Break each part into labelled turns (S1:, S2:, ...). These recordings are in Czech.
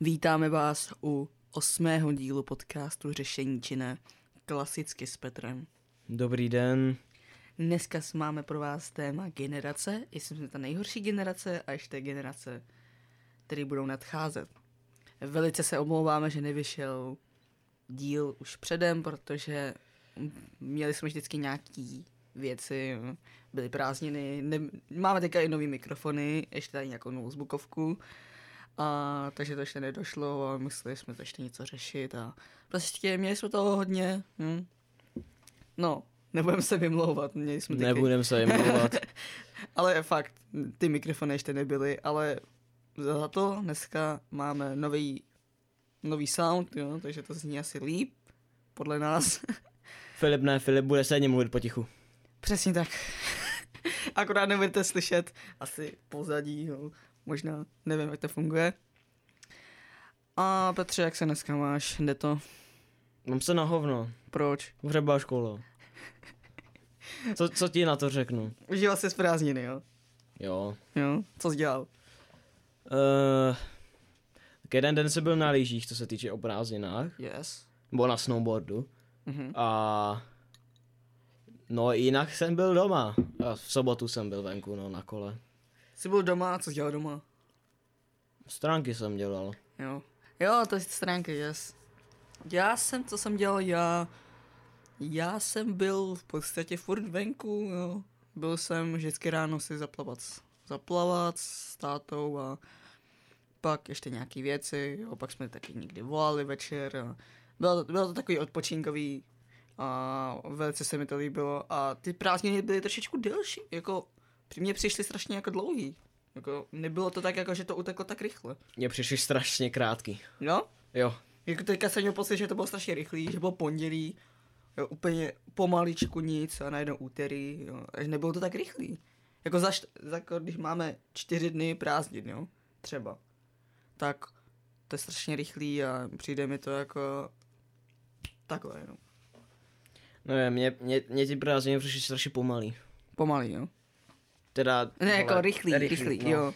S1: Vítáme vás u osmého dílu podcastu Řešení či ne, klasicky s Petrem.
S2: Dobrý den.
S1: Dneska s- máme pro vás téma generace, jestli jsme ta nejhorší generace a ještě generace, které budou nadcházet. Velice se omlouváme, že nevyšel díl už předem, protože měli jsme vždycky nějaký věci, byly prázdniny, ne, máme teďka i nový mikrofony, ještě tady nějakou novou zvukovku, a, takže to ještě nedošlo a mysleli jsme to ještě něco řešit a prostě měli jsme toho hodně, hm. no, nebudeme se vymlouvat, měli jsme taky-
S2: Nebudem se jmenovat.
S1: ale fakt, ty mikrofony ještě nebyly, ale za to dneska máme nový, nový sound, jo, takže to zní asi líp, podle nás.
S2: Filip ne, Filip bude se mluvit potichu.
S1: Přesně tak. Akorát nebudete slyšet asi pozadí, jo. možná nevím, jak to funguje. A Petře, jak se dneska máš? Jde to?
S2: Mám se na hovno.
S1: Proč?
S2: Hřebá škola. Co, co ti na to řeknu?
S1: Užíval jsi z prázdniny, jo?
S2: Jo.
S1: Jo? Co jsi dělal?
S2: Uh, jeden den jsem byl na lyžích, co se týče o prázdninách.
S1: Yes.
S2: Nebo na snowboardu.
S1: Mhm.
S2: A... No jinak jsem byl doma. A v sobotu jsem byl venku, no, na kole.
S1: Jsi byl doma, co jsi dělal doma?
S2: Stránky jsem dělal.
S1: Jo. Jo, to je stránky, yes. Já jsem, co jsem dělal, já... Já jsem byl v podstatě furt venku, jo. Byl jsem vždycky ráno si zaplavat, s- zaplavat s tátou a pak ještě nějaký věci, jo. pak jsme taky někdy volali večer a bylo to, bylo to takový odpočinkový a velice se mi to líbilo a ty prázdniny byly trošičku delší, jako při mně přišly strašně jako dlouhý, jako nebylo to tak jako, že to uteklo tak rychle,
S2: Mě přišli strašně krátký.
S1: no?
S2: Jo.
S1: Jako teďka jsem měl pocit, že to bylo strašně rychlý, že bylo pondělí, jo, úplně pomaličku nic a najednou úterý, jo, až nebylo to tak rychlý. Jako za, št- za jako když máme čtyři dny prázdnin, jo, třeba, tak to je strašně rychlý a přijde mi to jako takhle no, jenom,
S2: Nevím, No, mě, mě, mě ti prázdniny přišli strašně pomalý.
S1: pomalý, jo.
S2: Teda...
S1: Ne,
S2: vole,
S1: jako rychlý, rychlý, rychlý
S2: no.
S1: jo.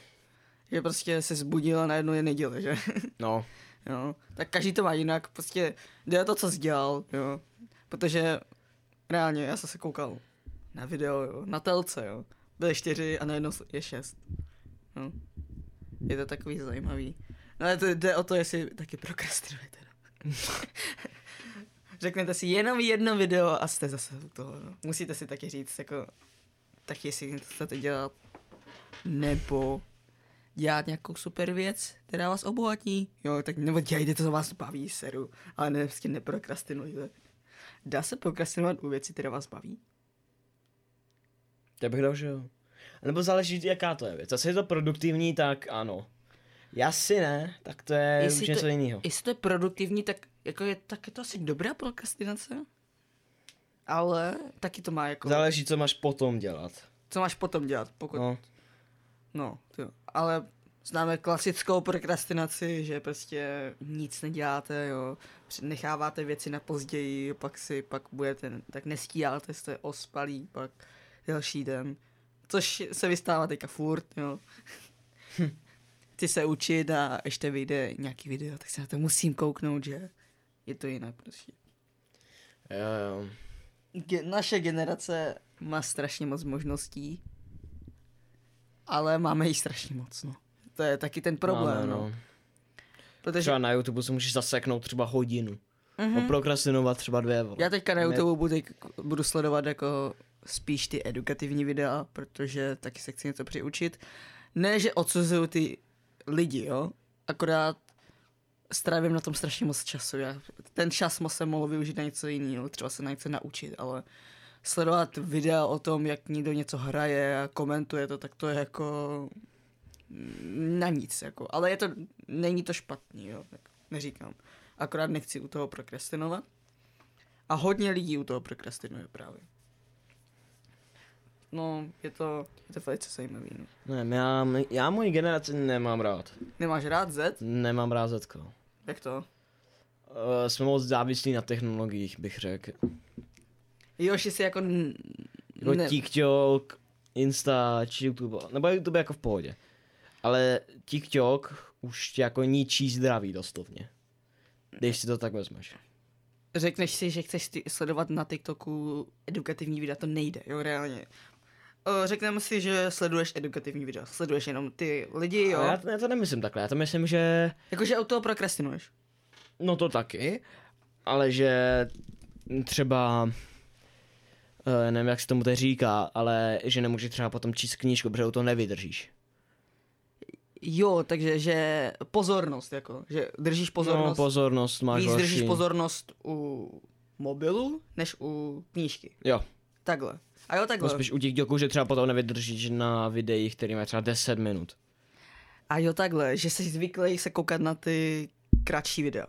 S1: Že prostě se zbudil a najednou je neděle, že?
S2: No,
S1: Jo, tak každý to má jinak, prostě jde o to, co jsi dělal, jo. Protože reálně já jsem se koukal na video, jo, na telce, jo. Byly čtyři a najednou je šest. No. Je to takový zajímavý. No ale to jde o to, jestli taky prokrastinujete. no. Řeknete si jenom jedno video a jste zase u toho. No. Musíte si taky říct, jako, tak jestli chcete dělat, nebo dělat nějakou super věc, která vás obohatí. Jo, tak nebo dělejte to, co vás baví, seru, ale ne, prostě neprokrastinujte. Dá se prokrastinovat u věcí, které vás baví?
S2: já bych dal, že jo. Nebo záleží, jaká to je věc. Zase je to produktivní, tak ano. Já si ne, tak to je
S1: Jestli
S2: už
S1: to- Jako-
S2: něco jiného.
S1: Jestli to je produktivní, tak, jako je, tak je to asi dobrá prokrastinace. Ale taky to má jako,
S2: Záleží, co máš potom dělat.
S1: co máš potom dělat, pokud, no,
S2: No,
S1: no jo. ale známe klasickou prokrastinaci, že prostě nic neděláte, jo, Při- necháváte věci na později, pak si, pak budete, tak nestíháte, jste ospalí, pak další den, což se vystává teďka furt, jo. Chci se učit a ještě vyjde nějaký video, tak se na to musím kouknout, že je to jinak prostě.
S2: jo, jo.
S1: Ge- naše generace má strašně moc možností, ale máme jich strašně moc, no. To je taky ten problém,
S2: Máme,
S1: no.
S2: no.
S1: Protože
S2: Třeba na YouTube se můžeš zaseknout třeba hodinu. Mm-hmm. A prokrastinovat třeba dvě. Vole.
S1: Mhm. já teďka na
S2: Ne-
S1: YouTube budu, budu sledovat jako spíš ty edukativní videa, protože taky se chci něco přiučit. Ne, že odsuzuju ty lidi, jo, akorát strávím na tom strašně moc času. Já ten čas mo- jsem mohl využít na něco jiného, třeba se na něco naučit, ale sledovat videa o tom, jak někdo něco hraje a komentuje to, tak to je jako mm, na nic, jako. Ale je to, není to špatný, jo, tak neříkám. Akorát nechci u toho prokrastinovat. A hodně lidí u toho prokrastinuje právě. No, je to, je to velice zajímavý. No.
S2: Ne, já, já moji generaci nemám rád.
S1: Nemáš rád Z?
S2: Nemám rád zetko.
S1: Jak to?
S2: Uh, jsme moc závislí na technologiích, bych řekl.
S1: Jo, že jsi jako... n-
S2: Jako
S1: ne-
S2: TikTok, Insta či YouTube, nebo YouTube je jako v pohodě. Ale TikTok už tě jako ničí zdraví doslovně. Když si to tak vezmeš.
S1: Řekneš si, že chceš ty- sledovat na TikToku edukativní videa, to nejde, jo, reálně. O, Řekneme si, že sleduješ edukativní videa, sleduješ jenom ty lidi, jo.
S2: Ale já, to- já to nemyslím takhle, já to myslím, že
S1: Jakože od toho prokrastinuješ.
S2: No to taky, ale že třeba, eh, nevím jak se tomu to říká, ale že nemůžeš třeba potom číst knížku, protože u toho nevydržíš.
S1: Jo, takže že pozornost, jako, že držíš
S2: No,
S1: pozornost,
S2: pozornost máš
S1: víc
S2: horší.
S1: držíš pozornost u mobilu, než u knížky.
S2: Jo,
S1: Takhle. A jo,
S2: no
S1: takhle.
S2: spíš u těch děků, že třeba potom nevydržíš na videích, který mají třeba 10 minut.
S1: A jo, takhle, že jsi zvyklý se koukat na ty kratší videa.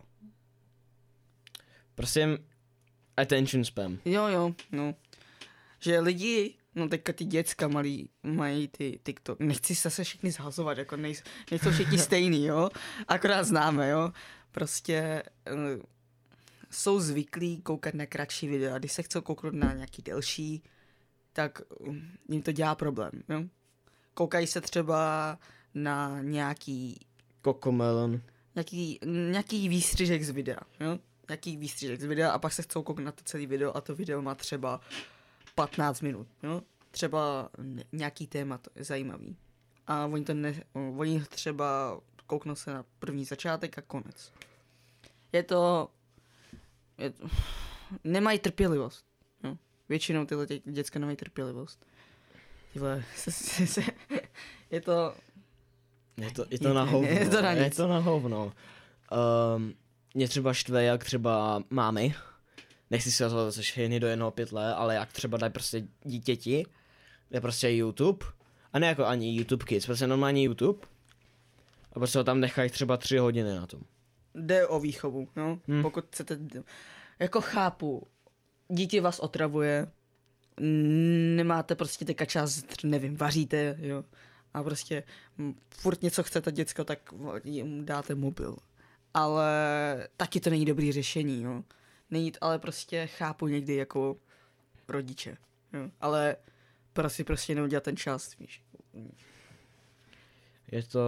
S2: Prosím, Prostě attention spam.
S1: Jo, jo, no. Že lidi, no teďka ty děcka malí mají ty TikTok. Nechci se zase všechny zhazovat, jako nejsou, nejsou všichni stejný, jo. Akorát známe, jo. Prostě eh, jsou zvyklí koukat na kratší videa. Když se chcou kouknout na nějaký delší, tak hm, jim to dělá problém, jo. Koukají se třeba na nějaký
S2: Kokomelon.
S1: nějaký, nějaký výstřižek z videa, jo? Nějaký výstřižek z videa a pak se chcou kouknout na to celé video a to video má třeba 15 minut, jo? Třeba n- nějaký téma to je zajímavý. A oni to ne, oni třeba kouknou se na první začátek a konec. Je to... Je to nemají trpělivost. Jo? Většinou tyhle dě, děcka nemají trpělivost. Tyhle, se, se, se, je to...
S2: Je to, je to na hovno.
S1: Je to na
S2: Je
S1: nic.
S2: to na hovno. Um, mě třeba štve, jak třeba mámy, nechci si nazvat zase všechny do jednoho pytle, ale jak třeba dají prostě dítěti, je prostě YouTube, a ne jako ani YouTube Kids, prostě normální YouTube, a prostě ho tam nechají třeba tři hodiny na tom.
S1: jde o výchovu, no.
S2: Hmm.
S1: Hmm. Pokud chcete, jako chápu, dítě vás otravuje, n- nemáte prostě teďka čas, tr- nevím, vaříte, jo. A prostě m, furt něco chcete děcko, tak v- jim dáte mobil. Ale taky to není dobrý řešení, jo. Není, t- ale prostě chápu někdy jako rodiče, jo. Ale prostě, prostě neudělat ten čas, víš.
S2: Je to...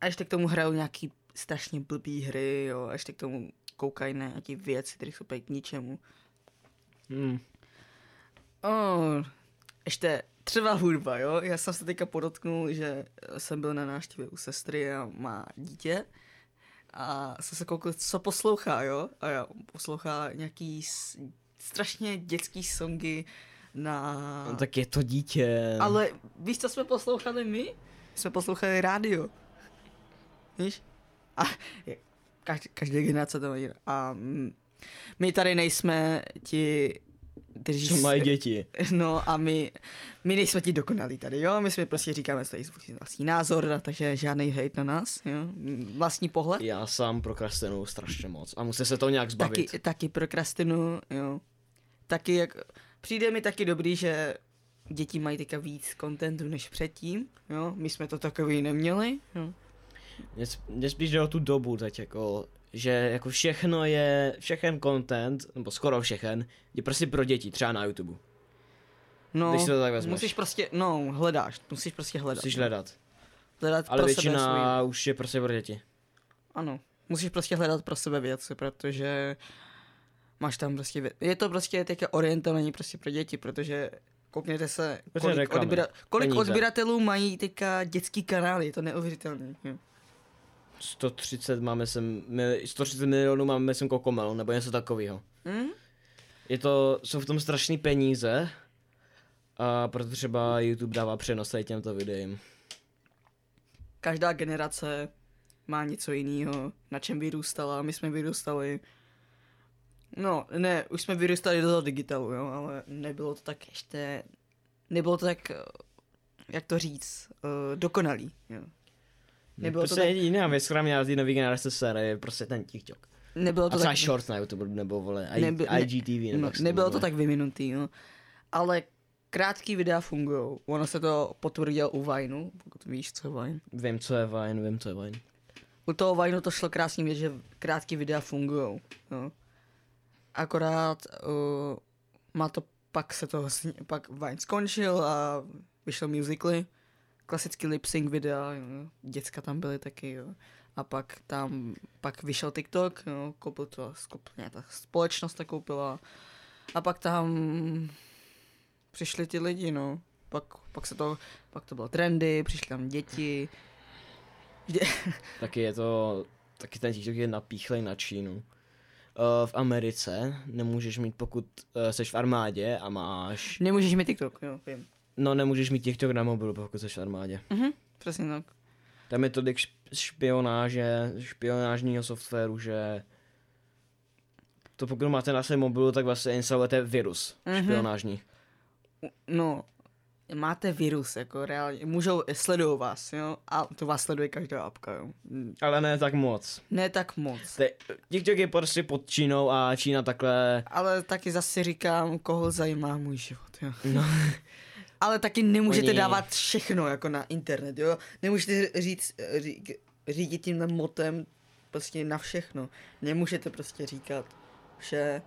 S1: A ještě k tomu hrajou nějaký strašně blbý hry, jo, a ještě k tomu koukají na nějaký věci, které jsou úplně k ničemu.
S2: Hmm.
S1: Oh, ještě třeba hudba, jo. Já jsem se teďka podotknul, že jsem byl na návštěvě u sestry a má dítě. A jsem se koukal, co poslouchá, jo. A já poslouchá nějaký s- strašně dětský songy na...
S2: No, tak je to dítě.
S1: Ale víš, co jsme poslouchali my? Jsme poslouchali rádio. Víš? A je- každý, každé generace to má jinak. A mm, my tady nejsme ti, kteří...
S2: Co
S1: s-
S2: mají děti?
S1: No a my, my nejsme ti dokonalí tady, jo? My jsme prostě říkáme svůj vlastní názor, a takže žádný hate na nás, jo? Vlastní pohled.
S2: Já sám prokrastinuju strašně moc a musím se to nějak zbavit.
S1: Taky, taky prokrastinu, jo. Taky jak... Přijde mi taky dobrý, že děti mají teďka víc kontentu než předtím, jo. My jsme to takový neměli, jo.
S2: Mě, sp- mě spíš jde o tu dobu teď jako, že jako všechno je, všechen content, nebo skoro všechen, je prostě pro děti, třeba na YouTube.
S1: No,
S2: Když si to tak vezmeš.
S1: musíš prostě, no, hledáš, musíš prostě hledat.
S2: Musíš
S1: no.
S2: hledat.
S1: hledat
S2: Ale
S1: pro
S2: většina
S1: sebe svůj.
S2: už je prostě pro děti.
S1: Ano, musíš prostě hledat pro sebe věci, protože máš tam prostě, vě- je to prostě teďka orientovaný prostě pro děti, protože koukněte se,
S2: Prostě
S1: kolik,
S2: reklamy,
S1: odběra, kolik
S2: peníze.
S1: odběratelů mají teďka dětský kanály, je to neuvěřitelný. Jo.
S2: 130 máme sem, mil- 130 milionů máme sem kokomelu, nebo něco takového.
S1: Hm?
S2: Je to, jsou v tom strašný peníze, a proto třeba YouTube dává přenos tady těmto videím.
S1: každá generace má něco jiného, na čem vyrůstala, my jsme vyrůstali. No, ne, už jsme vyrůstali do toho digitalu, jo, ale nebylo to tak ještě, nebylo to tak, eh, jak to říct, eh, dokonalý, jo. Nebylo to
S2: prostě
S1: tak-
S2: jiná věc, která mě na ty nový generace sere, je prostě ten TikTok.
S1: Nebylo
S2: A
S1: to
S2: třeba
S1: tak,
S2: shorts na YouTube, nebo vole, I,
S1: Nebyl- ne-
S2: IGTV, nebo
S1: no,
S2: jak se
S1: nebylo to
S2: jmenuje.
S1: tak vyvinutý, jo. Ale krátký videa fungují. Ono se to potvrdilo u Vineu, pokud víš, co je Vine.
S2: Vím, co je Vine, vím, co je Vine.
S1: U toho Vineu to šlo krásně vidět, že krátké videa fungují. No. Akorát uh, má to, pak se to, pak Vine skončil a vyšel musically. klasicky lip sync videa, jo. děcka tam byly taky, jo. A pak tam, pak vyšel TikTok, jo, koupil to, koupil, ne, ta společnost to koupila. A pak tam přišli ti lidi, no. Pak, pak se to, pak to bylo trendy, přišly tam děti.
S2: Taky je to, taky ten TikTok je napíchlej na Čínu. Eh, V Americe nemůžeš mít, pokud eh, seš v armádě a máš...
S1: Nemůžeš mi TikTok, jo, vím.
S2: No nemůžeš mít TikTok na mobilu, pokud seš v armádě.
S1: Mhm, přesně tak.
S2: Tam je tolik šp- špionáže, špionážního softwaru, že to pokud máte na svém mobilu, tak vlastně instalujete virus
S1: Mhm.
S2: mm-hmm. špionážní.
S1: No, máte virus, jako reálně. Můžou, sledují vás, jo, a to vás sleduje každá apka, jo.
S2: Ale ne tak moc.
S1: Ne tak moc.
S2: Te- TikTok je prostě pod Čínou a Čína takhle...
S1: Ale taky zase říkám, koho zajímá můj život, jo.
S2: No.
S1: Ale taky nemůžete
S2: Oni-
S1: dávat všechno jako na internet, jo. Nemůžete říct, ří, řídit tímhle motem prostě na všechno. Nemůžete prostě říkat, že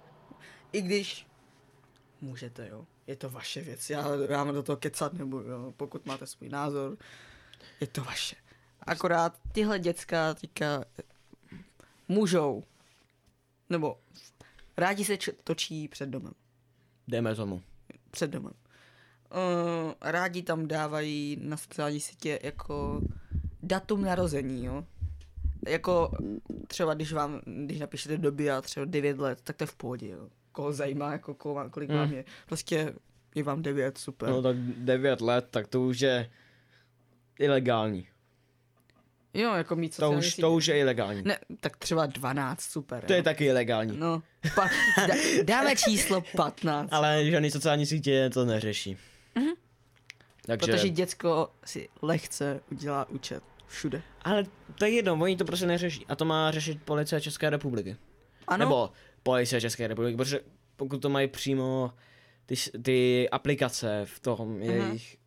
S1: i když můžete, jo. Je to vaše věc, já, já do toho kecat nebudu, jo. Pokud máte svůj názor, je to vaše. Akorát tyhle děcka teďka můžou, nebo rádi se č- točí před domem
S2: Jdeme tomu.
S1: před domem. Uh, rádi tam dávají na sociální sítě jako datum narození, jo. Jako třeba když vám, když napíšete doby a třeba 9 let, tak to je v pohodě, jo. Koho zajímá, jako koho vám, kolik vám
S2: Mm.
S1: je. Prostě je vám 9, super.
S2: No tak 9 let, tak to už je ilegální.
S1: jo, jako mít
S2: To
S1: sociální
S2: už,
S1: sítě.
S2: to už je ilegální.
S1: Ne, tak třeba 12, super.
S2: To
S1: jo.
S2: je taky ilegální.
S1: No, pa- da- dáme číslo 15.
S2: Ale žádný sociální sítě to neřeší. Mm-hmm. Takže...
S1: Mhm. Protože děcko si lehce udělá účet všude.
S2: Ale to je jedno, oni to prostě neřeší. A to má řešit policie České republiky.
S1: Ano,
S2: Nebo policie České republiky, protože pokud to mají přímo ty, s- ty aplikace v
S1: Mhm.
S2: tom jejich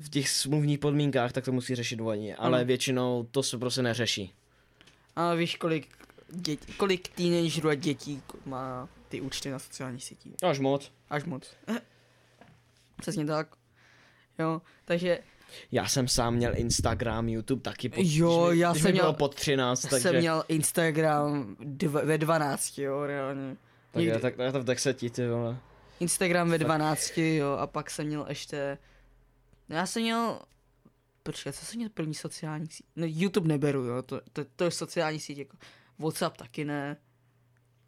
S2: v těch smluvních podmínkách, tak to musí řešit oni, ale
S1: Ano.
S2: většinou to se prostě neřeší.
S1: A víš, kolik, dět, kolik teenagerů a dětí k- má ty účty na sociálních sítích.
S2: Až moc.
S1: Až moc. Přesně tak. Jo, takže
S2: Já jsem sám měl Instagram, YouTube taky. Pod,
S1: Jo,
S2: když mi-
S1: já
S2: když
S1: jsem
S2: mi bylo
S1: měl-
S2: pod 13, takže...
S1: jsem měl Instagram dv- ve 12, jo, reálně.
S2: Tak, já,
S1: Někdy-
S2: tak, já to v deseti, ty vole.
S1: Instagram ve 12, jo, a pak jsem měl ještě... No já jsem měl... Počkej, co jsem měl první sociální síť? No YouTube neberu, jo, to, to, to je sociální síť, jako Whatsapp taky ne.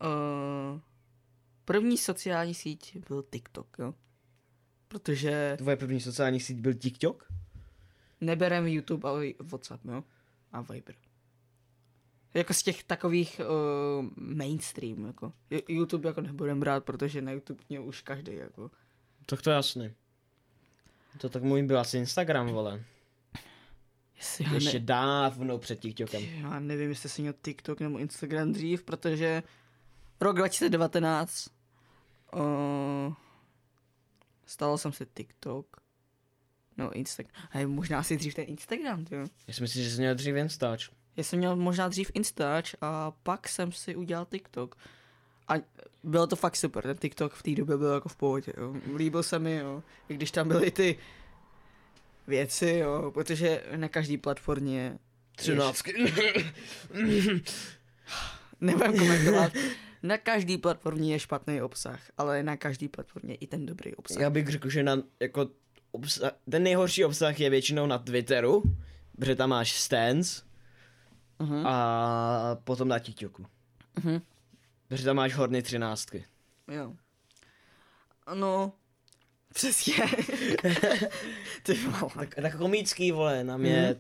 S1: Uh, první sociální síť byl TikTok, jo. Protože
S2: Tvoje první sociální síť byl TikTok?
S1: neberem YouTube, ale i Whatsapp, jo. A Viber. Jako z těch takových uh, mainstream, jako. Ju- YouTube jako nebudem brát, protože na YouTube mě už každý, jako.
S2: Tak to je jasný. To tak můj byl asi Instagram, vole.
S1: Jestli já
S2: Ještě dávno před TikTokem.
S1: Já nevím, jestli jsem měl TikTok nebo Instagram dřív, protože rok 2019 uh, stalo jsem si TikTok. No, Instagram. Hej, možná si dřív ten Instagram, jo.
S2: Já si myslím, že jsi měl dřív jen stáč.
S1: Já jsem měl možná dřív Instač a pak jsem si udělal TikTok. A bylo to fakt super, ten TikTok v té době byl jako v pohodě, jo. Líbil se mi, jo. I když tam byly ty věci, jo, protože na každý platformě Třináctky. Nebudem komentovat. Na každý platformě je špatný obsah, ale na každý platformě je i ten dobrý obsah.
S2: Já bych řekl, že na, jako, obsah, ten nejhorší obsah je většinou na Twitteru, protože tam máš stands
S1: Uh-huh.
S2: a potom na TikToku.
S1: Mhm.
S2: Protože tam máš horny třináctky.
S1: Jo. No, přesně. Ty vole.
S2: Tak, tak komický, vole, nám je...
S1: Mhm.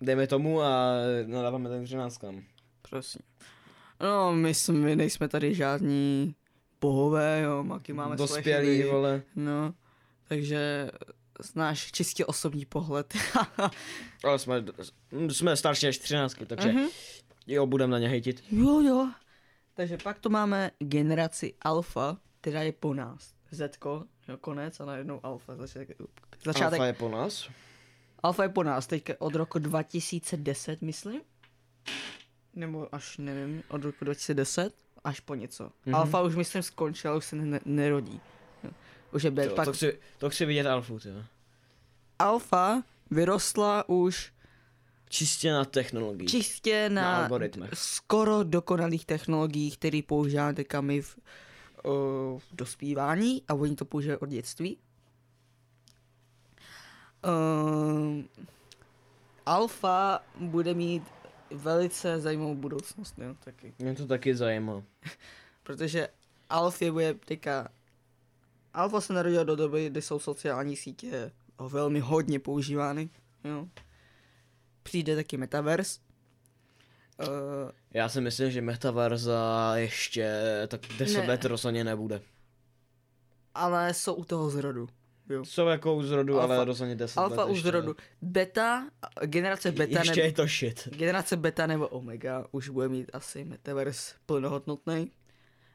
S2: Dejme tomu a nadáváme ten třináctkám.
S1: Prosím. No, my, jsme, my nejsme tady žádní bohové, jo, maky máme svoje
S2: Dospělý,
S1: chyby.
S2: vole.
S1: No, takže znáš čistě osobní pohled.
S2: Ale jsme, jsme starší než 13, takže
S1: Mhm.
S2: mm-hmm. jo, budem na ně hejtit.
S1: Jo, jo. Takže pak tu máme generaci alfa, která je po nás. Zetko, jo, konec a najednou alfa. Začátek, začátek,
S2: Alfa
S1: alfa, je...
S2: je po nás.
S1: alfa je po nás, teďka od roku 2010, myslím. Nebo až, nevím, od roku 2010 až po něco. Mm-hmm. Alfa už, myslím, skončila, už se ne- ne- nerodí. Jo. Už je bed,
S2: Pak...
S1: pak
S2: To, chci, to chci vidět Alfu, ty. jo.
S1: alfa vyrostla už
S2: Čistě na technologii.
S1: čistě na,
S2: Na algoritmech.
S1: skoro dokonalých technologiích, které používáme teďka my v, o, v dospívání a oni to používají od dětství. Um, alfa bude mít velice zajímavou budoucnost, jo, taky.
S2: Mě to taky zajímá.
S1: Protože Alfie bude teďka... Alfa se narodila do doby, kdy jsou sociální sítě velmi hodně používány. Jo. Přijde taky Metaverse. Uh,
S2: Já si myslím, že metaverza ještě tak 10
S1: Ne.
S2: let rozhodně nebude.
S1: ale jsou u toho zrodu. Jo.
S2: Jsou jako u zrodu,
S1: Alfa-
S2: ale rozhodně 10 let
S1: Alfa u
S2: ještě
S1: zrodu. Beta, generace beta,
S2: no. ještě
S1: nebo,
S2: je to shit.
S1: generace beta nebo omega už bude mít asi Metaverse plnohodnotný.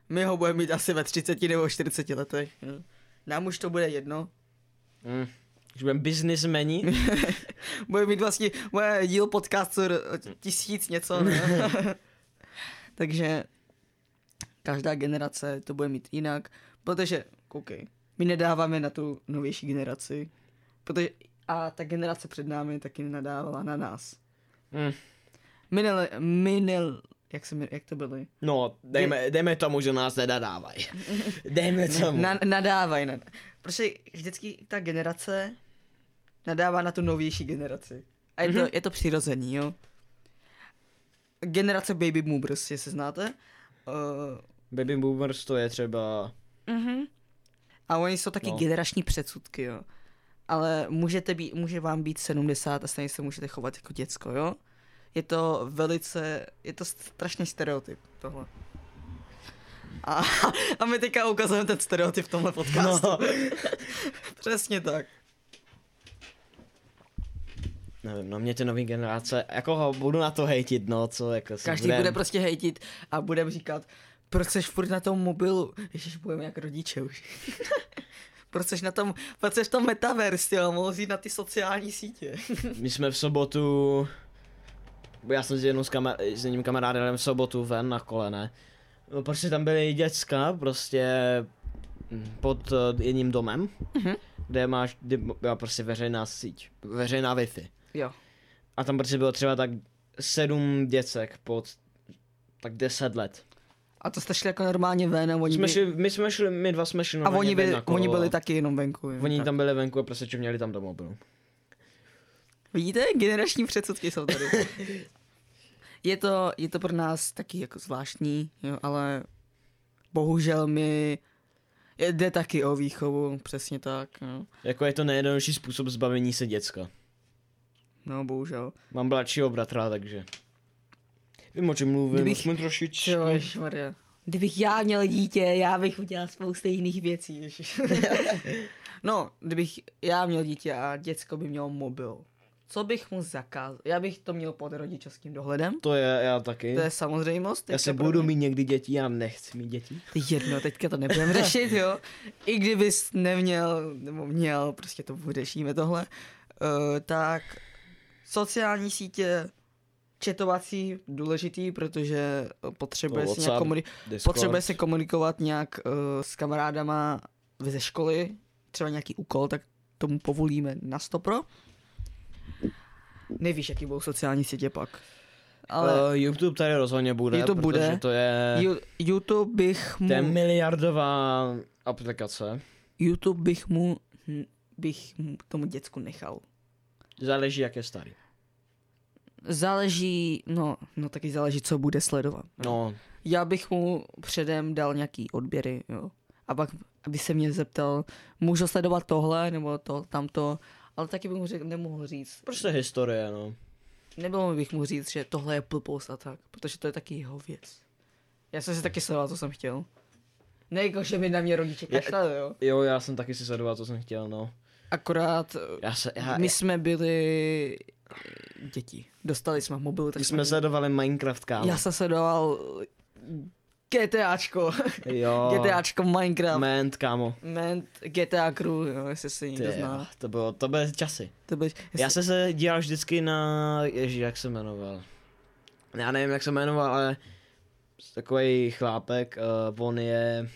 S1: My ho budeme mít asi ve 30 nebo 40 letech. Jo. Nám už to bude jedno,
S2: Mm. Už budeme businessmeni.
S1: Bude mít vlastně moje díl podcastu r- tisíc něco. ne? Takže každá generace to bude mít jinak, protože, koukej, my nedáváme na tu novější generaci, protože a ta generace před námi taky nenadávala na nás.
S2: Mm.
S1: My nele, my nel, jak, se, mi- jak to byly?
S2: No, dejme, dejme tomu, že nás nenadávají. Dejme tomu.
S1: Na, nadávají. Na, prostě vždycky ta generace nadává na tu novější generaci. A
S2: Mhm.
S1: je to, mm-hmm. je to přirozený, jo. Generace Baby Boomers, jestli znáte. Uh,
S2: Baby boomers to je třeba...
S1: mm-hmm. A oni jsou taky no.
S2: No.
S1: generační předsudky, jo. Ale můžete být, může vám být 70 a stejně se můžete chovat jako děcko, jo. Je to velice, je to strašný stereotyp, tohle. A, a my teďka ukazujeme ten stereotyp v tomhle podcastu.
S2: No,
S1: Přesně tak.
S2: nevím, no mě ty nový generace, jako ho budu na to hejtit, no, co jako si
S1: Každý bude prostě hejtit a budeme říkat, proč seš furt na tom mobilu? Ježiš, budeme jak rodiče už. proč seš na tom, proč seš v tom metaverse, jo, mohl jít na ty sociální sítě.
S2: My jsme v sobotu... Já jsem s, jednou s, kamer- s jedním kamarádem v sobotu ven na kole, ne? No, prostě tam byly děcka, prostě mm, pod eh, jedním domem,
S1: Mhm.
S2: kde máš, kde byla prostě veřejná síť, veřejná Wi-Fi.
S1: jo.
S2: A tam prostě bylo třeba tak sedm děcek pod tak deset let.
S1: A to jste šli jako normálně ven a oni,
S2: Jsme
S1: by...
S2: šli, my jsme šli, my dva jsme šli
S1: a
S2: normálně
S1: oni,
S2: ven
S1: by,
S2: na kolo
S1: oni byli
S2: a
S1: taky jenom venku. Jo.
S2: Oni
S1: tak.
S2: tam byli venku a prostě čuměli tam do mobilu.
S1: Vidíte, generační předsudky jsou tady. je, to, je to pro nás taky jako zvláštní, jo, ale bohužel mi jde taky o výchovu, přesně tak. Jo.
S2: Jako je to nejjednodušší způsob zbavení se děcka.
S1: No, bohužel.
S2: Mám mladšího bratra, takže... Vím, o čem mluvím,
S1: Kdybych-
S2: Kdybych... jsme trošičku...
S1: Jo, ježišmarja. Kdybych já měl dítě, já bych udělal spoustu jiných věcí. ježiš. no, kdybych já měl dítě a děcko by mělo mobil, co bych mu zakázal? Já bych to měl pod rodičovským dohledem.
S2: To je, já taky.
S1: To je samozřejmost.
S2: Já
S1: teďka
S2: se
S1: pro
S2: budu
S1: mě.
S2: mít někdy děti, já nechci mít děti.
S1: Ty jedno, teďka to nebudeme řešit, jo. I kdybys neměl, nebo měl, prostě to vyřešíme tohle, uh, tak sociální sítě, četovací, důležitý, protože eh, potřebuje
S2: No,
S1: si nějak
S2: WhatsApp,
S1: komunikovat.
S2: Discord.
S1: Potřebuje se komunikovat nějak uh, s kamarádama ze školy, třeba nějaký úkol, tak tomu povolíme na stopro. Nevíš, jaký budou sociální sítě pak. Ale
S2: Ale... Uh, YouTube tady rozhodně bude,
S1: YouTube bude.
S2: protože to je...
S1: Ju- YouTube bych mu...
S2: To je miliardová aplikace.
S1: YouTube bych mu... hm, bych mu- tomu děcku nechal.
S2: Záleží, jak je starý.
S1: Záleží, no, no taky záleží, co bude sledovat.
S2: No,
S1: Já bych mu předem dal nějaký odběry, jo. A pak, aby se mě zeptal, můžu sledovat tohle, nebo to, tamto, ale taky bych mu řekl, nemohl říct.
S2: prostě historie, no.
S1: Nebylo bych mu říct, že tohle je blbost a tak, protože to je taky jeho věc. Já jsem si taky sledoval, co jsem chtěl. Ne, jako, že by na mě rodiče
S2: Je-
S1: kašlali, jo.
S2: Jo, já jsem taky si sledoval, co jsem chtěl, no.
S1: Akorát eh,
S2: Já se, já,
S1: my
S2: my,
S1: jsme byli eh, děti. Dostali jsme mobil, tak
S2: my jsme
S1: jsme...
S2: sledovali Minecraft, kámo.
S1: Já jsem sledoval GTAčko.
S2: Jo.
S1: GTAčko Minecraft.
S2: Ment, kámo.
S1: Ment GTA Crew, jo, jestli se
S2: Ty,
S1: někdo
S2: jo,
S1: zná.
S2: to bylo, to byly časy.
S1: To byl,
S2: Já jsem se díval vždycky na, ježi, jak se jmenoval. Já nevím, jak se jmenoval, ale takový chlápek, uh, on je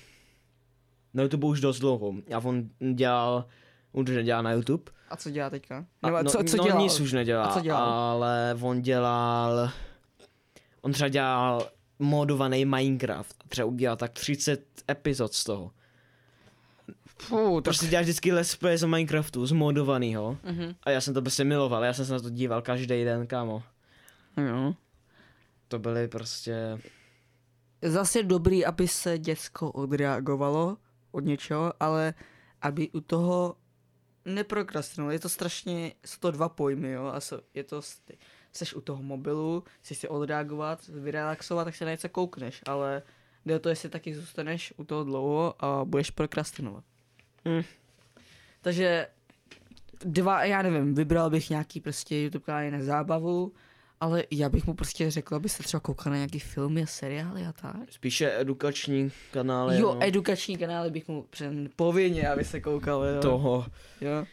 S2: na YouTube už dost dlouho a on dělal, on už nedělá na YouTube,
S1: A co dělá teďka?
S2: A
S1: Nebo
S2: no,
S1: co, co
S2: no
S1: dělal?
S2: nic už nedělá,
S1: A co dělal?
S2: ale on dělal, on třeba dělal modovaný Minecraft, třeba udělal tak 30 epizod z toho.
S1: Fů, tak...
S2: Prostě děláš vždycky let's play z Minecraftu, z modovanýho.
S1: Mhm.
S2: A já jsem to prostě miloval, já jsem se na to díval každý den, kámo.
S1: Jo.
S2: To byly prostě...
S1: Zase dobrý, aby se děcko odreagovalo od něčeho, ale aby u toho neprokrastinovalo. Je to strašně, jsou to dva pojmy, jo, a so, je to, st- seš u toho mobilu, chceš si odreagovat, vyrelaxovat, tak se na něco koukneš, ale jde o to, jestli taky zůstaneš u toho dlouho a budeš prokrastinovat.
S2: Mm.
S1: Takže dva, já nevím, vybral bych nějaký prostě YouTube kanál na zábavu, ale já bych mu prostě řekl, abyste třeba koukal na nějaký filmy a seriály a tak.
S2: Spíše edukační kanály.
S1: jo, e-
S2: no,
S1: edukační kanály bych mu přen povinně, aby se koukal, jo.
S2: toho.
S1: jo.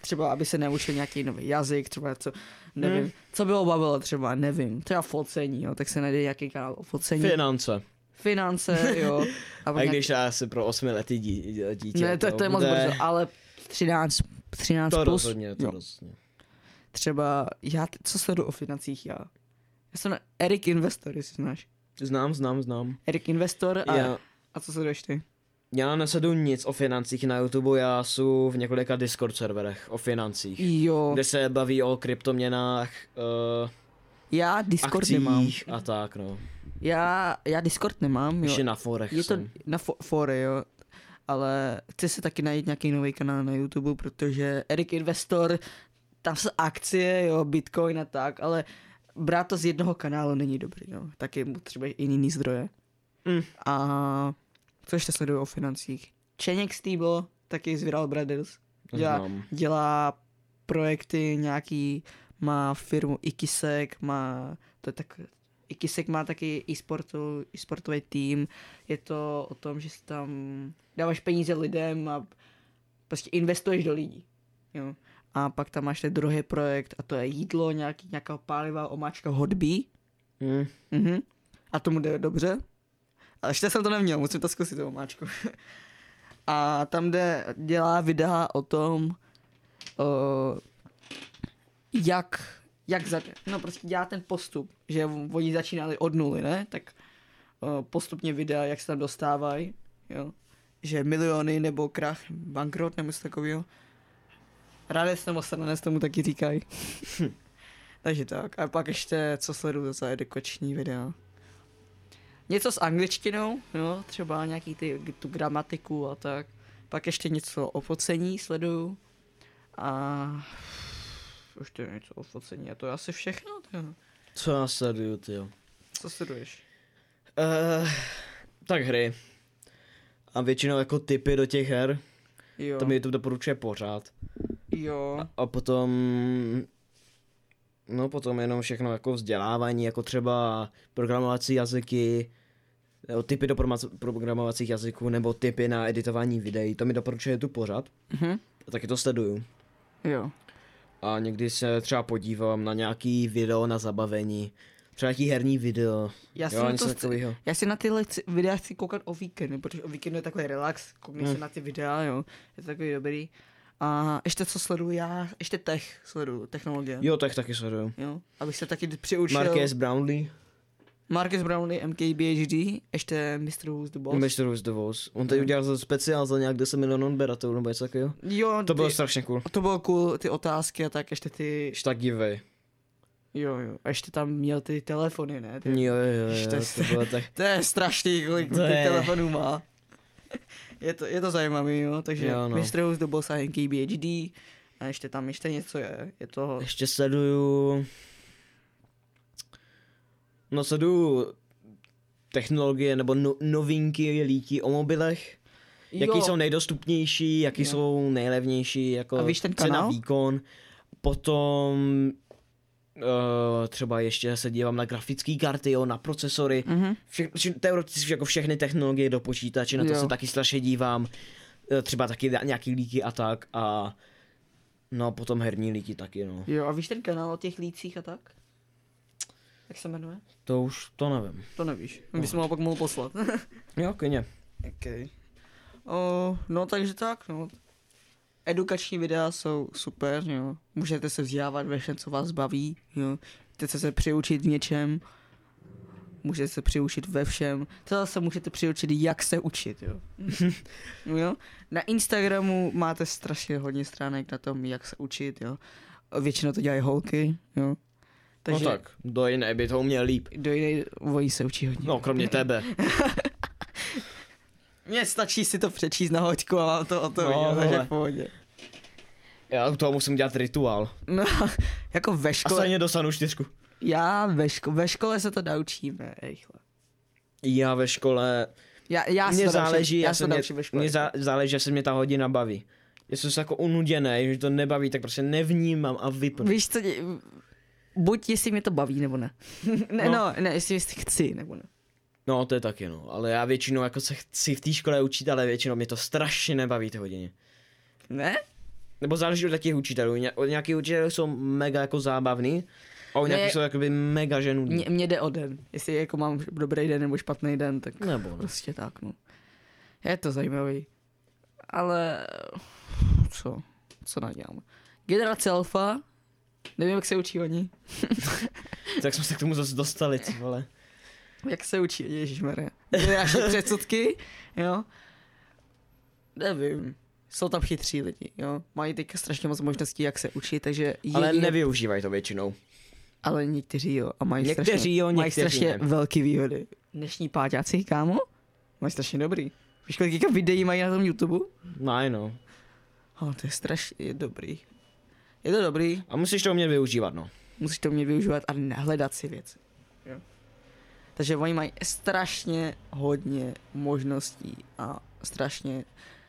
S1: Třeba, aby se neučil nějaký nový jazyk, třeba co, nevím,
S2: Hmm.
S1: co bylo bavilo třeba, nevím, třeba focení, jo, tak se najde nějaký kanál o focení,
S2: Finance.
S1: finance, jo. A, pak
S2: A
S1: nějaký-
S2: když já se pro osmiletý dí, dí- dítě.
S1: ne, tak to je moc
S2: bude-
S1: brzo, ale 13, 13
S2: To
S1: plus,
S2: rozhodně, to
S1: jo.
S2: rozhodně.
S1: třeba, já, t- co sledu o financích já? Já jsem na Erik Investor, jestli znáš.
S2: Znám, znám, znám.
S1: Erik Investor a,
S2: Já,
S1: a co sleduješ ty?
S2: já nesedu nic o financích na YouTube, já jsem v několika Discord serverech o financích.
S1: Jo,
S2: Kde se baví o kryptoměnách, uh,
S1: já Discord
S2: akcích
S1: nemám.
S2: a tak no.
S1: Já, já Discord nemám, jo.
S2: Ještě na forech
S1: Je to
S2: jsem.
S1: na fo- fore, jo. Ale chci si taky najít nějaký nový kanál na YouTube, protože Erik Investor, tam jsou akcie, jo, Bitcoin a tak, ale brát to z jednoho kanálu není dobrý, jo. Taky mu třeba i jiný zdroje.
S2: Mm.
S1: A co ještě sleduju o financích? Čeněk Stýbo, taky z Viral Brothers. Dělá
S2: Znám.
S1: dělá projekty nějaký, má firmu Ikisek, má, to je tak, Ikisek má taky e-sportu, e-sportový tým, je to o tom, že si tam dáváš peníze lidem a prostě investuješ do lidí, jo. A pak tam máš ten druhý projekt a to je jídlo, nějaký, nějaká pálivá omáčka hodby,
S2: Hm.
S1: mhm. a tomu jde dobře. Ale ještě jsem to neměl, musím to zkusit, to máčku. A tam, kde dělá videa o tom, uh, jak, jak za, no prostě dělá ten postup, že oni začínali od nuly, ne? Tak uh, postupně videa, jak se tam dostávají, jo? Že miliony nebo krach, bankrot nebo něco takového. Radec nebo sranec tomu taky říkají. Takže tak. A pak ještě, co sleduju za edukační videa. Něco s angličtinou, no, třeba nějaký ty, tu gramatiku a tak. Pak ještě něco o focení sleduju. A ještě něco o focení. A to je asi všechno. Teda.
S2: Co já sleduju, ty jo.
S1: Co sleduješ?
S2: Uh, tak hry. A většinou jako typy do těch her,
S1: Jo.
S2: to mi YouTube doporučuje pořád.
S1: Jo.
S2: A potom... No potom jenom všechno jako vzdělávání, jako třeba programovací jazyky, nebo typy do proma- programovacích jazyků, nebo typy na editování videí, to mi doporučuje tu pořád.
S1: Mhm.
S2: A taky to sleduju.
S1: Jo.
S2: A někdy se třeba podívám na nějaký video na zabavení, třeba nějaký herní video,
S1: Já si,
S2: jo,
S1: na
S2: něco
S1: to chci,
S2: takového.
S1: já si na tyhle chci, videa chci koukat o víkendu, protože o víkendu je takový relax, koukni
S2: Hmm.
S1: se na ty videa, jo, je to takový dobrý. A ještě co sleduju já, ještě tech sleduju, technologie.
S2: Jo, tak taky sleduju.
S1: Jo, abych se taky přiučil.
S2: Marquez Brownlee,
S1: Marcus Brownlee, MKBHD, ještě Mr. Who's the Boss.
S2: Mr. Rose the Voice. On
S1: Mhm.
S2: tady udělal za- speciál za nějak 10 milionů odběratelů nebo něco takového.
S1: Jo,
S2: To bylo
S1: ty,
S2: strašně cool.
S1: to bylo cool, ty otázky a tak, ještě ty,
S2: Štag giveaway.
S1: jo, jo, a ještě tam měl ty telefony, ne? Ty,
S2: Jo, jo, jo, jo,
S1: To je
S2: to bylo tak.
S1: to je strašný, kolik
S2: To
S1: těch
S2: je-
S1: telefonů má. Je to, je to zajímavý, jo, takže
S2: Jo,
S1: jo,
S2: no.
S1: no. Mr. Who's the Boss a MKBHD a ještě tam ještě něco je, je to,
S2: Ještě sleduju... No sleduju technologie nebo no, novinky, líky o mobilech. Jaký
S1: jo,
S2: jsou nejdostupnější, jaký
S1: Jo.
S2: jsou nejlevnější, jako
S1: A víš ten
S2: cena
S1: kanál?
S2: výkon. Potom uh, třeba ještě se dívám na grafické karty, jo, na procesory.
S1: Mhm.
S2: Vše, vše- teoreticky jako všechny technologie do počítače, na to
S1: Jo.
S2: se taky strašně dívám. Eh, Třeba taky da- nějaký líky a tak a no potom herní líky taky no.
S1: jo, a víš ten kanál o těch lících a tak? Jak se jmenuje?
S2: To už to nevím.
S1: To nevíš,
S2: No.
S1: bys mu ho pak mohl poslat.
S2: Jo, kyně.
S1: Okay. O, no takže tak, no. edukační videa jsou super, jo. Můžete se vzdělávat ve všem, co vás baví, jo. Můžete se přiučit v něčem. Můžete se přiučit ve všem. To zase můžete přiučit, jak se učit, jo. jo. Na Instagramu máte strašně hodně stránek na tom, jak se učit, jo. Většinou to dělají holky, jo. Takže
S2: No tak, do jiné by to uměl líp.
S1: do jiné vojí se učí hodně.
S2: No, kromě tebe.
S1: Mně stačí si to přečíst na hoďku a mám to o to
S2: No,
S1: no, takže
S2: hele.
S1: v pohodě.
S2: Já u toho musím dělat rituál.
S1: No, jako ve
S2: A
S1: škole,
S2: stejně dostanu čtyřku.
S1: já ve, ško- ve škole se to naučíme rychle.
S2: Já ve škole
S1: Já, já se
S2: Mně
S1: to
S2: záleží,
S1: naučím, já
S2: já
S1: se to
S2: jsem
S1: naučím
S2: mě,
S1: ve škole.
S2: mě zá, záleží, jestli mě ta hodina baví. Jestli jsem jako unuděný, že to nebaví, tak prostě nevnímám a vypnu.
S1: Víš co, dě- buď jestli mě to baví, nebo ne. ne, no.
S2: No.
S1: ne, jestli, jestli chci, nebo ne.
S2: No, to je taky no, ale já většinou jako se chci v té škole učit, ale většinou mě to strašně nebaví ty hodiny.
S1: Ne?
S2: Hmm. Nebo záleží od jakých učitelů, Ně- od nějakých učitelů jsou mega jako zábavný, a od
S1: Ne.
S2: nějakých jsou jakoby mega ženudný.
S1: Mně, mně jde o den. Jestli jako mám dobrý den nebo špatný den, tak
S2: Nebo ne.
S1: prostě tak, no. Je to zajímavý. Ale co? Co nadělám? Generace alfa, nevím, jak se učí oni.
S2: Tak jsme se k tomu zase dostali, ty vole.
S1: Jak se učí, ježišmarja. Naše předsudky, jo. Nevím. Jsou tam chytří lidi, jo. Mají teďka strašně moc možností, jak se učit, takže...
S2: Ale
S1: jedině-
S2: nevyužívají to většinou.
S1: Ale někteří jo. A mají
S2: Někteří
S1: strašně,
S2: jo,
S1: mají
S2: někteří
S1: strašně
S2: ne.
S1: velký výhody. Dnešní páťáci, kámo, mají strašně dobrý. Víš, kolik teďka videí mají na tom YouTube?
S2: No, no.
S1: Ale to je strašně je dobrý. Je to dobrý,
S2: A musíš to umět využívat, no.
S1: musíš to mě využívat a nehledat si věci. Jo. Takže oni mají strašně hodně možností a strašně...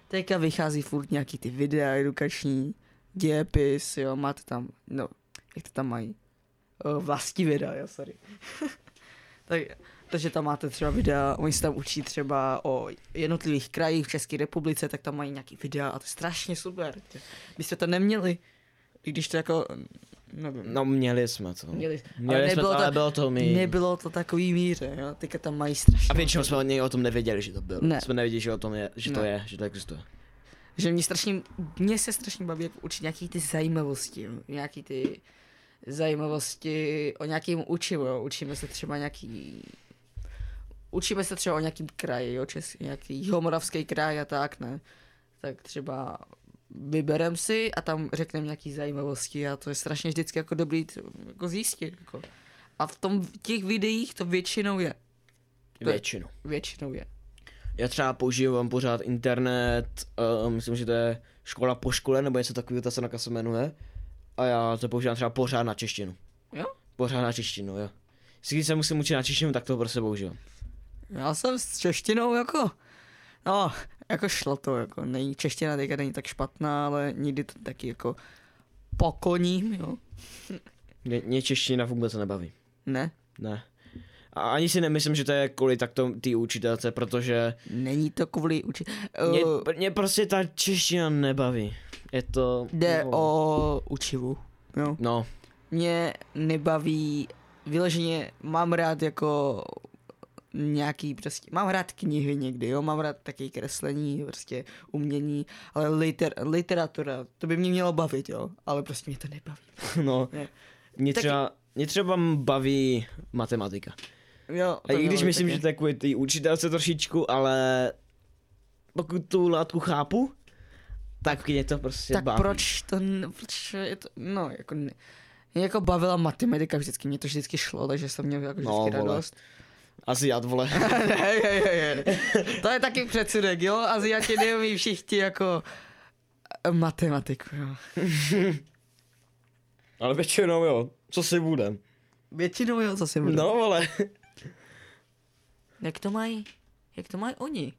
S1: Teďka vychází furt nějaký ty videa edukační, dějepis, jo, máte tam, no, jak to tam mají? O, vlastní videa, jo, sorry. tak, takže tam máte třeba videa, oni se tam učí třeba o jednotlivých krajích v České republice, tak tam mají nějaký videa a to je strašně super. My jsme to neměli, i když to jako, nevím.
S2: No, měli jsme to.
S1: Měli,
S2: Měli
S1: ale
S2: jsme
S1: nebylo,
S2: to, ale
S1: to,
S2: bylo to mi.
S1: nebylo to takový míře, jo. Teďka tam mají strašně.
S2: A většinou jsme od něj o tom nevěděli, že to bylo.
S1: Ne.
S2: Ne. Jsme nevěděli, že, o tom je, že to
S1: Ne.
S2: je, že to existuje.
S1: Že mě strašně, mě se strašně baví jako učit nějaký ty zajímavosti, jo. nějaký ty zajímavosti o nějakým učivu, jo. Učíme se třeba nějaký, učíme se třeba o nějakým kraji, jo, Čes, nějaký jihomoravský kraj a tak, ne. Tak třeba vyberem si a tam řekneme nějaký zajímavosti a to je strašně vždycky jako dobrý t- jako zjistit, jako. A v tom, v těch videích to většinou je. To je-
S2: Většinu.
S1: Většinou je.
S2: Já třeba používám pořád internet, uh, myslím, že to je škola po škole, nebo něco takového, ta se naka se jmenuje. A já to používám třeba pořád na češtinu.
S1: Jo?
S2: Pořád na češtinu, jo. Vždycky, Když se musím učit na češtinu, tak to prostě používám.
S1: Já jsem s češtinou jako, no, jako šlo to, jako není, čeština teďka není tak špatná, ale nikdy to taky jako pokoním, jo,
S2: Mě, mě čeština vůbec nebaví.
S1: ne,
S2: Ne. A ani si nemyslím, že to je kvůli takto ty učitelce, protože
S1: není to kvůli učit,
S2: mě,
S1: uh,
S2: mě prostě ta čeština nebaví. Je to...
S1: jde o učivu, jo,
S2: No,
S1: mě nebaví, vyloženě mám rád jako nějaký prostě, mám rád knihy někdy, jo, mám rád taky kreslení, prostě umění, ale liter, literatura, to by mě mělo bavit, jo, ale prostě mě to nebaví.
S2: No,
S1: Ne.
S2: mě
S1: Tak-
S2: třeba, mě třeba baví matematika.
S1: Jo,
S2: A
S1: to
S2: i
S1: mělo
S2: když
S1: být
S2: myslím,
S1: taky.
S2: že to je kvůli té učitelce trošičku, ale pokud tu látku chápu, tak mě to prostě
S1: tak
S2: baví.
S1: proč to, n- proč je to, no, jako, ne, mě jako bavila matematika vždycky, mě to vždycky šlo, takže jsem měl jako
S2: No,
S1: vždycky
S2: vole.
S1: radost.
S2: Asi já, vole.
S1: ne, je, je, je. To je taky předsudek, jo, Aziati neumí všichni jako eh, matematiku, jo.
S2: ale většinou jo, co si budem.
S1: Většinou jo, zase budu.
S2: No, vole.
S1: Jak to mají, jak to mají oni?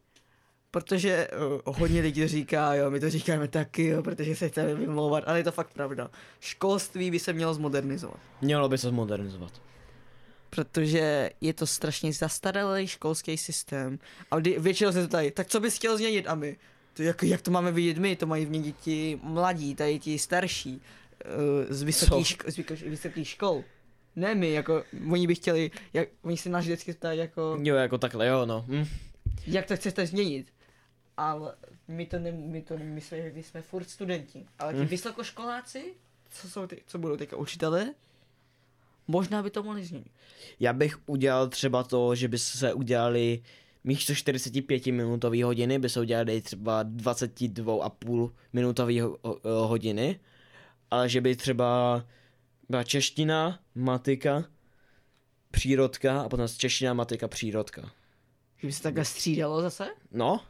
S1: Protože uh, hodně lidí říká, jo, my to říkáme taky, jo, protože se chceme vymlouvat, ale je to fakt pravda. Školství by se mělo zmodernizovat.
S2: Mělo by se zmodernizovat.
S1: protože je to strašně zastaralý školský systém. A kdy, většinou se ptají, tak co bys chtěl změnit a my? To jak, jak to máme vidět my? To mají změnit ti mladí, tady ti starší eh, z vysokých
S2: Co?
S1: ško- z vyko- vysokých škol. Ne my, jako oni by chtěli, jak, oni se nás vždycky ptají, jako,
S2: Jo, jako takhle, jo, no. Hm.
S1: jak to chcete změnit? ale my to, ne, my to myslíme, že my jsme furt studenti. Ale ti
S2: Hm.
S1: vysokoškoláci, co, jsou ty, co budou teďka učitele, možná by to mohli změnit.
S2: Já bych udělal třeba to, že by se udělali místo 45 minutové hodiny by se udělali třeba 22,5 minutové ho- ho- hodiny, ale že by třeba byla čeština, matika, přírodka a potom čeština, matika, přírodka.
S1: Že by se takhle střídalo zase?
S2: No,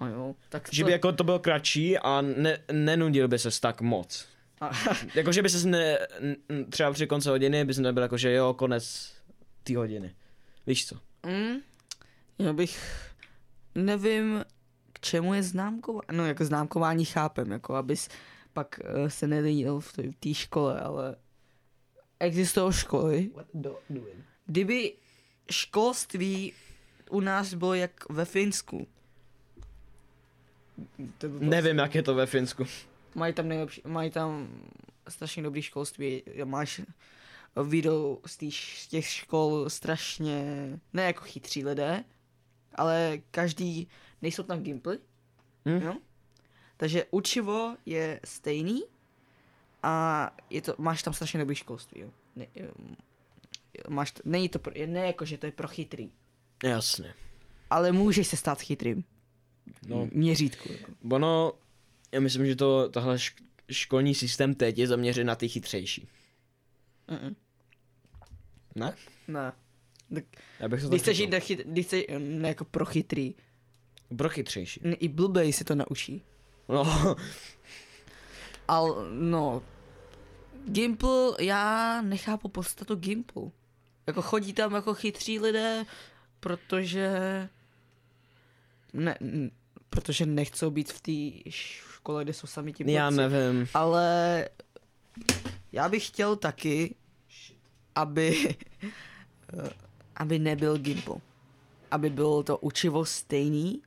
S1: A jo, tak
S2: že
S1: to-
S2: by jako to bylo kratší a ne, nenudil by se tak moc.
S1: A,
S2: Jako, že by se ne, n- n- třeba při konci hodiny by se nebyl jako, že jo, konec té hodiny. Víš co?
S1: mm, já bych, nevím, k čemu je známkování, no jako známkování chápem, jako abys pak eh, se nedenil v té- v té škole, ale existují školy,
S2: What do, doing?
S1: kdyby školství u nás bylo jak ve Finsku. To by bylo-
S2: Nevím, jak je to ve Finsku.
S1: Mají tam nejlepší, mají tam strašně dobrý školství, máš výjdou z, tý, z těch škol strašně, ne jako chytří lidé, ale každý, nejsou tam gimply,
S2: Hm.
S1: jo? Takže učivo je stejný a je to, máš tam strašně dobrý školství, jo? Ne, ehm, máš, t- není to, pro, ne jako, že to je pro chytrý,
S2: Jasně.
S1: ale můžeš se stát chytrým.
S2: No.
S1: M- Měřítku. Jako.
S2: Ono, já myslím, že to tahle šk- školní systém teď je zaměřen na ty chytřejší.
S1: Mm-mm.
S2: Ne?
S1: Ne. Tak,
S2: Já bych to
S1: když
S2: tak
S1: chceš jít
S2: řekl.
S1: na chyt, když chceš, mm, ne jako pro chytrý,
S2: Pro chytřejší.
S1: N- i blbej se to naučí.
S2: No,
S1: Ale no, Gimple, já nechápu podstatu Gimple. Jako chodí tam jako chytří lidé, protože... Ne, n- protože nechcou být v té škole, kde jsou sami ti
S2: já
S1: blbci.
S2: nevím.
S1: Ale já bych chtěl taky, aby, aby nebyl gimbal. Aby bylo to učivo stejný,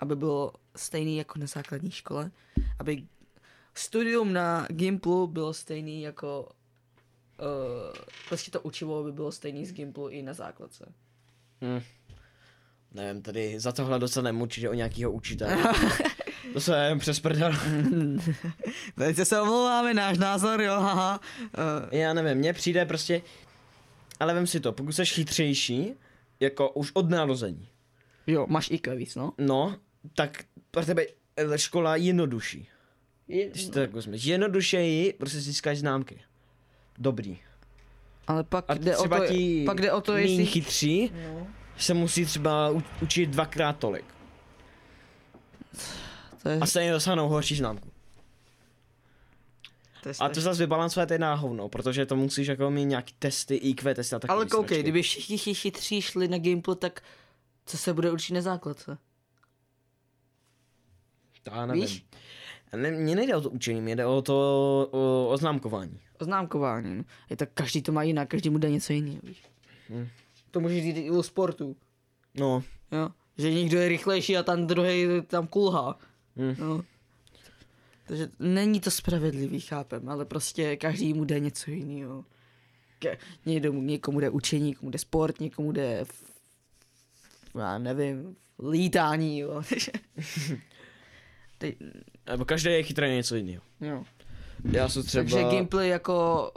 S1: aby bylo stejný jako na základní škole, aby studium na Gimplu bylo stejný jako Uh, prostě to učivo by bylo stejný z Gimplu i na základce.
S2: Nevím, tady za tohle dostaneme určitě o nějakýho učitele. to se přes prdel.
S1: Velice se omlouváme, náš názor, jo, haha. Uh,
S2: Já nevím, mně přijde prostě... Ale vem si to, pokud jsi chytřejší, jako už od narození,
S1: jo, máš IQ víc, no?
S2: no, tak pro tebe eh, škola je jednodušší.
S1: Je,
S2: Když to tak vezmeš, jednodušeji prostě získáš známky. Dobrý.
S1: ale pak
S2: A
S1: jde, o
S2: třeba
S1: to,
S2: ti
S1: pak jde o to,
S2: míň
S1: jestli...
S2: chytří
S1: No.
S2: se musí třeba u- učit dvakrát tolik.
S1: To je,
S2: A stejně dostanou horší známku.
S1: to je
S2: A to
S1: strašný.
S2: zase vybalancovat je na hovno, protože to musíš jako mít nějaký testy, IQ testy a takové
S1: Ale koukej,
S2: sračky.
S1: kdyby všichni chy- chytří šli na gameplay, tak co se bude určit na základce?
S2: To já nevím.
S1: víš?
S2: Víš? Ne, mně nejde o to učení, mně jde o to o, o známkování.
S1: Oznámkování. no. Je tak každý to má jinak, každý mu dá něco jiného, víš?
S2: Hm.
S1: To může jít i u sportu,
S2: No,
S1: jo? Že někdo je rychlejší a tam druhý tam kulhá.
S2: Hm.
S1: No. Takže není to spravedlivý, chápem, ale prostě každý mu dá něco jiného. Ke- Někdo, někomu jde učení, někomu jde sport, někomu jde, f- já nevím, lítání, jo. Teď,
S2: nebo každý je chytrý na něco jiného.
S1: jo.
S2: Já jsem třeba...
S1: Takže gameplay jako...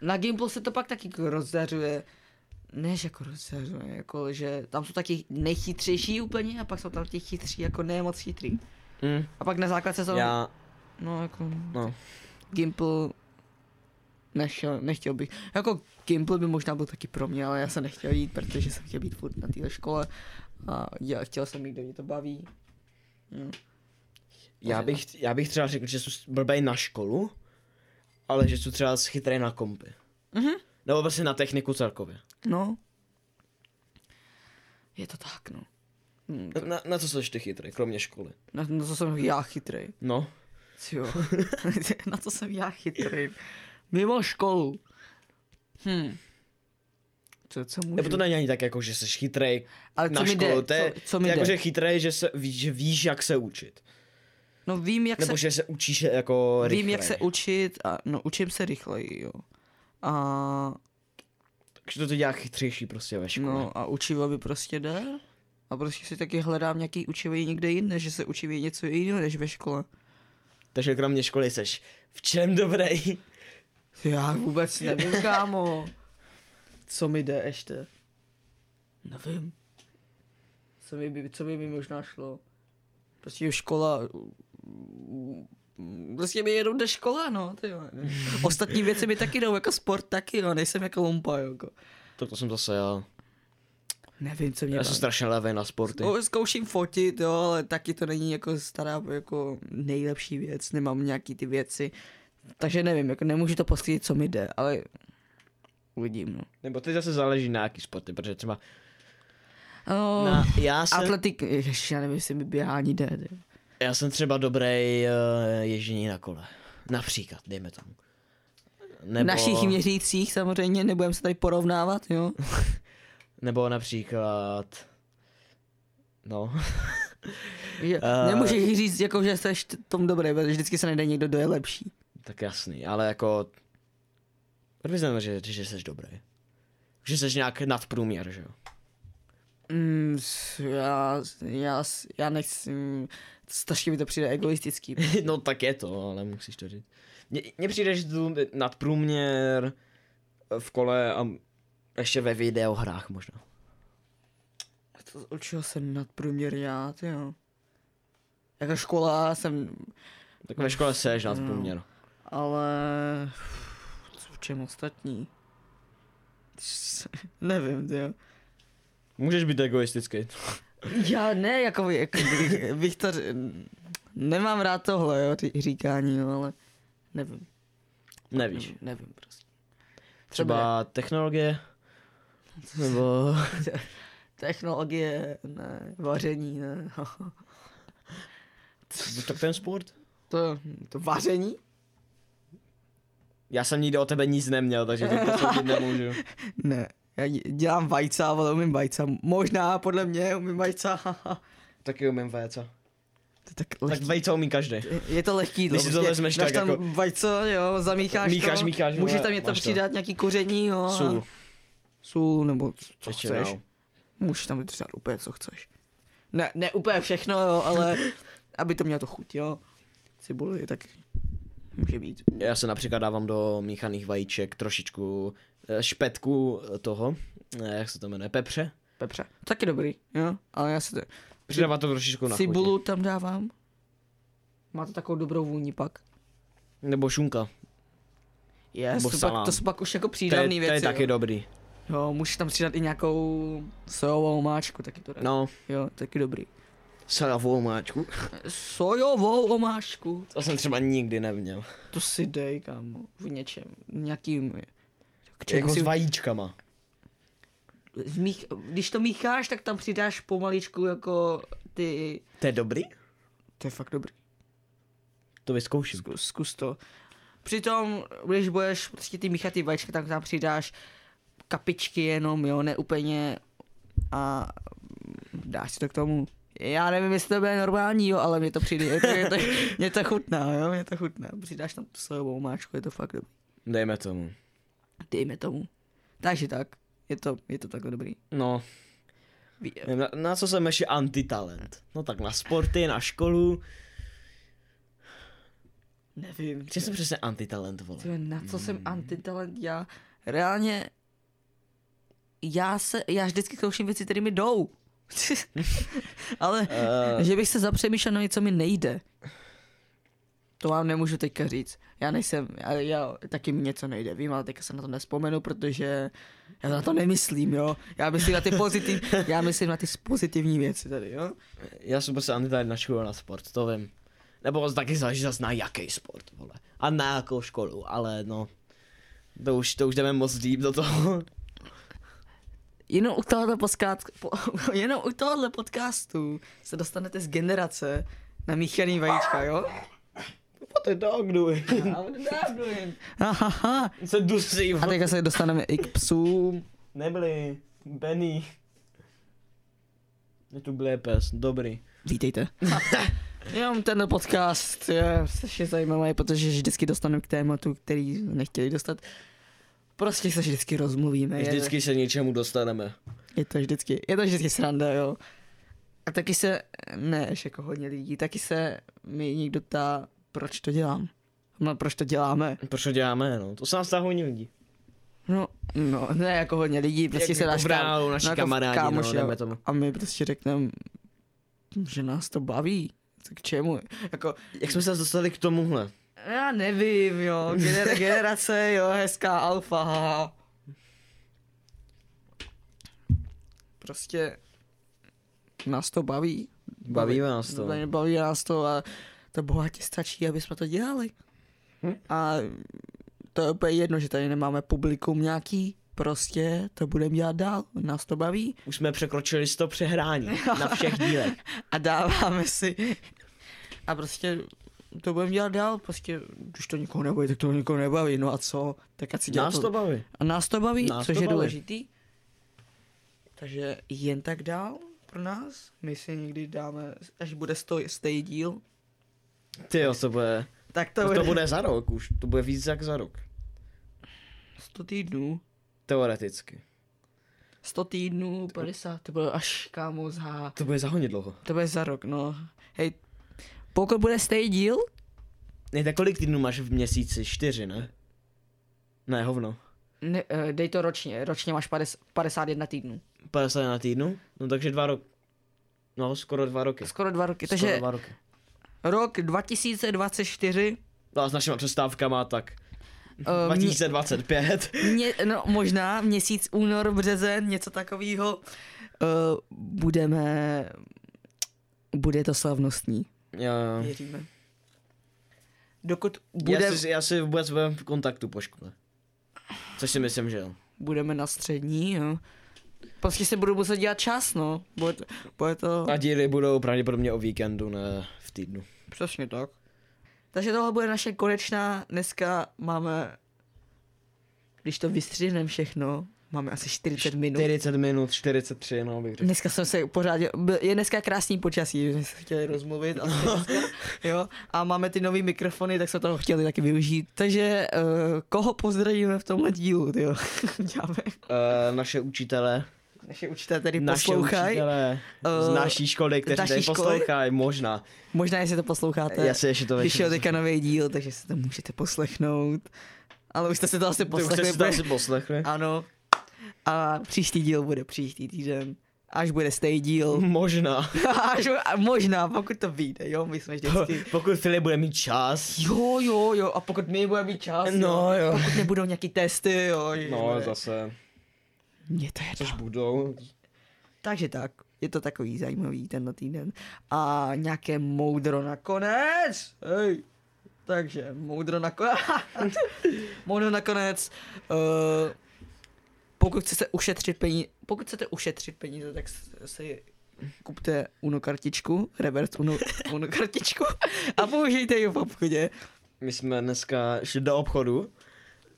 S1: Na gameplay se to pak taky jako rozdařuje. Než jako rozdařuje, jako že tam jsou taky nejchytřejší úplně a pak jsou tam ti chytří jako ne moc chytrý.
S2: Mm,
S1: A pak na základce jsou...
S2: já,
S1: No jako...
S2: no.
S1: Gimple... Nešel, nechtěl bych. Jako Gimple by možná byl taky pro mě, ale já jsem nechtěl jít, protože jsem chtěl být furt na téhle škole. A já chtěl jsem jít, kde mě to baví. Jo.
S2: Já bych, já bych třeba řekl, že jsou blbej na školu, ale že jsou třeba chytrý na kompy.
S1: Mhm.
S2: Nebo prostě na techniku celkově.
S1: No. Je to tak, no. Hm,
S2: Na- Na, na co jsi ty chytrý, kromě školy?
S1: Na, na co jsem já chytrý.
S2: No.
S1: Jo. na co jsem já chytrý. Mimo školu. Hm. Co, co můžu?
S2: Nebo to není ani tak jako, že jsi chytrej
S1: Ale co
S2: na
S1: mi
S2: školu,
S1: jde?
S2: to je
S1: Co, co mi
S2: jako,
S1: jde?
S2: že chytrej, že, se, ví, že víš, jak se učit.
S1: No vím, jak
S2: Nebo
S1: se,
S2: že se učíš jako rychleji.
S1: vím, jak se učit a no učím se rychleji, jo. A
S2: Takže to tě dělá chytřejší prostě ve škole.
S1: no a učivo by prostě jde. A A prostě si taky hledám nějaký učivý někde jinde, že se učiví něco jiného než ve škole.
S2: Takže kromě školy seš v čem dobrý?
S1: Já vůbec nevím, kámo. Co mi jde ještě? Nevím. Co mi, by- co by mi možná šlo? Prostě škola... Prostě mi jenom jde škola, no. Ty jo. Ostatní věci mi taky jdou, jako sport taky, no. Nejsem jako lumpa, jako.
S2: Tak to jsem zase já.
S1: Nevím, co mě
S2: Já jsem
S1: baví.
S2: strašně levý na sporty.
S1: Zkou- No, Zkouším fotit, jo, ale taky to není jako stará jako nejlepší věc, nemám nějaký ty věci. Takže nevím, jako nemůžu to poskytit, co mi jde, ale uvidím, no.
S2: Nebo teď zase záleží na jaký sporty, protože třeba
S1: Oh,
S2: na, já, jsem,
S1: Atletik, ježiš, já nevím, jestli mi běhání jde. ty.
S2: já jsem třeba dobrý uh, ježdění na kole. Například, dejme tomu.
S1: V
S2: Nebo,
S1: našich měřících samozřejmě, nebudeme se tady porovnávat, jo.
S2: nebo například... No,
S1: Že
S2: Eh.
S1: Nemůžeš říct, jako, že jsi v tom dobrý, protože vždycky se najde někdo, kdo je lepší.
S2: tak jasný, ale jako... Proč znamená, že, že jsi dobrý? Že jsi nějak nadprůměr, že jo?
S1: Mm, s- já, já, s- já nechci, mm, strašně mi to přijde egoistický.
S2: No tak je to, ale musíš to říct. Mně- Mně přijde, že tu nadprůměr v kole a ještě ve videohrách možná.
S1: To, od čeho jsem nadprůměr já, ty jo. Jako škola jsem,
S2: Tak ve škole seš nadprůměr.
S1: ale co v čem ostatní? Nevím, ty jo.
S2: Můžeš být egoistický.
S1: Já ne, jako, by- jako bych, bych to... ř- Nemám rád tohle, jo, ty říkání, jo, ale nevím.
S2: Nevíš.
S1: Nevím, nevím prostě.
S2: Třeba technologie, nebo
S1: Technologie, ne, vaření, ne.
S2: tak ten sport.
S1: To, to vaření?
S2: Já jsem nikdy o tebe nic neměl, takže to posoudit nemůžu.
S1: Ne, já dě- dělám vajca, ale umím vajca. Možná, podle mě, umím vajca.
S2: Taky umím vajca.
S1: to je tak
S2: Tak
S1: lehký.
S2: vajca umí každý.
S1: Je to lehký,
S2: Když si to
S1: prostě
S2: vezmeš
S1: dáš
S2: tak
S1: tam
S2: jako-
S1: vajco, jo, zamícháš
S2: Mícháš,
S1: to,
S2: mícháš,
S1: můžeš
S2: vole,
S1: tam něco
S2: máš to.
S1: přidat, nějaký koření, jo. a-
S2: Sůl.
S1: Sůl, nebo co- co
S2: Většinou.
S1: chceš. Můžeš tam vytřát úplně, co chceš. Ne, ne úplně všechno, jo, ale aby to mělo to chuť, jo. Cibuli, tak může být.
S2: Já se například dávám do míchaných vajíček trošičku eh, špetku toho, eh, jak se to jmenuje, pepře.
S1: Pepře. Taky dobrý, jo. Ale já si to...
S2: Přidává to trošičku na
S1: Cibulu tam dávám. Má to takovou dobrou vůni pak.
S2: chuť. Nebo šunka.
S1: Yes,
S2: Nebo
S1: to, pak,
S2: salám.
S1: to jsou pak už jako
S2: To je,
S1: přídavný
S2: to je
S1: věci.
S2: taky
S1: jo.
S2: dobrý.
S1: jo, můžeš tam přidat i nějakou sojovou máčku, taky to dá.
S2: No,
S1: Jo, taky dobrý.
S2: salavou máčku.
S1: Sojovou omáčku.
S2: To jsem třeba nikdy neměl.
S1: To si dej, kámo, v něčem, nějakým... K
S2: Jako
S1: čemu
S2: s
S1: si,
S2: vajíčkama.
S1: zmích, když to mícháš, tak tam přidáš pomaličku jako ty...
S2: To je dobrý?
S1: To je fakt dobrý.
S2: To vyzkouším.
S1: Zkus, zkus to. Přitom, když budeš prostě ty míchat ty vajíčka, tak tam přidáš kapičky jenom, jo, ne úplně a dáš si to k tomu. Já nevím, jestli to bude normální, jo, ale mě to přijde, je to, je to, mě to chutná, jo, mě to chutná. Přidáš tam sojovou máčku, je to fakt dobrý.
S2: Dejme tomu.
S1: dejme tomu. Takže tak, je to, je to takhle dobrý.
S2: No,
S1: Ví-
S2: nevím, na, na co jsem ještě antitalent? No tak na sporty, na školu.
S1: Nevím,
S2: Že jsem přesně antitalent, vole. Mm.
S1: Tyjo, na co jsem antitalent já? Reálně, já se, já vždycky zkouším věci, které mi jdou. Ale,
S2: Eh.
S1: že bych se zapřemýšlel na něco mi nejde. To vám nemůžu teďka říct. Já nejsem, já, já taky mi něco nejde, vím, ale teďka se na to nespomenu, protože já na to nemyslím, jo. Já myslím na ty pozitiv, já myslím na ty pozitivní věci tady, jo.
S2: Já jsem prostě antitalent na školu a na sport, to vím. Nebo taky záleží zase na jaký sport, vole. A na jakou školu, ale no. To už, to už jdeme moc deep do toho.
S1: jenom u tohohle, poskát, po, jenom u tohohle podcastu se dostanete z generace na míchaný vajíčka, jo?
S2: What the dog doing?
S1: Ahaha.
S2: Se dusí,
S1: A teďka se dostaneme i k psům.
S2: Nebyli, Benny. Je tu byl pes, dobrý.
S1: Vítejte. Jenom ten podcast je strašně zajímavý, protože vždycky dostaneme k tématu, který nechtěli dostat. Prostě se vždycky rozmluvíme. je-
S2: Vždycky se něčemu dostaneme.
S1: Je to vždycky, je to vždycky sranda, jo. A taky se, ne, ještě jako hodně lidí, taky se mi někdo ptá, proč to dělám. No, proč to děláme?
S2: Proč to děláme, no? To se nás táhou hodně lidí.
S1: No, no, ne jako hodně lidí, prostě
S2: Jak
S1: se dáš
S2: jako bránu, naši
S1: jako
S2: kamarádi,
S1: kámoši,
S2: no,
S1: jo.
S2: dejme tomu.
S1: A my prostě řekneme, že nás to baví. Tak k čemu? Jako,
S2: Jak jsme se zase dostali k tomuhle?
S1: já nevím, jo, gener- generace, jo, hezká alfa. haha. Prostě nás to baví.
S2: Baví vás to.
S1: Baví, baví nás to a to bohatě stačí, aby jsme to dělali.
S2: Hm.
S1: A to je úplně jedno, že tady nemáme publikum nějaký, prostě to budeme dělat dál, nás to baví
S2: Už jsme překročili 100 přehrání na všech dílech.
S1: a dáváme si. A prostě to budeme dělat dál, prostě když to nikoho nebaví, tak to nikoho nebaví, no a co, tak ať si dělá
S2: Nás to baví.
S1: A nás to baví,
S2: Nás
S1: což
S2: to
S1: je
S2: baví.
S1: důležitý. Takže jen tak dál pro nás, my si někdy dáme, až bude stoj, stej díl,
S2: Ty jo, to bude,
S1: tak to,
S2: to,
S1: bude,
S2: to bude za rok už, to bude víc jak za rok.
S1: 100 týdnů.
S2: Teoreticky.
S1: 100 týdnů, 50, to bylo až kámo za...
S2: To bude za hodně dlouho.
S1: To bude za rok, no. Hej, pokud bude stej díl,
S2: Ne, tak kolik týdnů máš v měsíci? Čtyři, ne? Ne, hovno.
S1: ne, eh, dej to ročně, ročně máš 50, 51 týdnů.
S2: 50 na týdnu? No takže dva roky. No, skoro dva roky.
S1: Skoro dva roky,
S2: Skoro
S1: takže
S2: dva roky.
S1: rok 2024,
S2: No a s našima přestávkama a tak.
S1: eh,
S2: 2025.
S1: mě, no možná měsíc únor, březen, něco takového, eh, budeme, bude to slavnostní,
S2: jo,
S1: No.
S2: jo.
S1: věříme. Dokud
S2: Bude...
S1: bude,
S2: Já, si, já si vůbec budem v kontaktu po škole. Což si myslím, že jo.
S1: budeme na střední, jo. Prostě se budu muset dělat čas, no. Bude to, bude to...
S2: A díly budou pravděpodobně o víkendu, ne v týdnu.
S1: Přesně tak. Takže tohle bude naše konečná. Dneska máme, když to vystřihneme všechno, máme asi 40 minut.
S2: 40 minut, 43, no bych řekl.
S1: Dneska jsem se pořádně, byl- je dneska krásný počasí, že jsme se chtěli rozmluvit a, jo, a máme ty nový mikrofony, tak jsme toho chtěli taky využít. Takže uh, koho pozdravíme v tomhle dílu, jo? Děláme.
S2: Uh, naše učitele,
S1: Naše učitelé tady
S2: naše
S1: poslouchají,
S2: učitele
S1: Eh,
S2: z naší školy,
S1: z
S2: kteří
S1: naší
S2: tady
S1: školy? Eh,
S2: poslouchají, možná.
S1: možná jestli to posloucháte.
S2: Já si ještě to
S1: Vyšel
S2: večer-
S1: teďka nový díl, takže si to můžete poslechnout. Ale už jste si to asi
S2: Ty už
S1: poslechli.
S2: jste si to asi poslechli.
S1: Ano. A příští díl bude příští týden. Až bude stej díl.
S2: Mhm. Možná.
S1: Až, a možná, pokud to vyjde, jo, my jsme vždycky.
S2: Pokud Filip bude mít čas.
S1: Jo, jo, jo, a pokud my budeme mít čas, jo.
S2: No jo.
S1: Pokud nebudou nějaký testy, jo.
S2: No
S1: ježišmarja.
S2: zase,
S1: Mně to je
S2: což budou.
S1: Takže tak, je to takový zajímavý tenhle týden. A nějaké moudro nakonec. Hej. Takže moudro nakonec. moudro nakonec. Uh, pokud chcete ušetřit peníze, pokud chcete ušetřit peníze, tak s- si kupte Uno kartičku, reverse Uno, Uno kartičku a použijte ji v obchodě.
S2: My jsme dneska šli do obchodu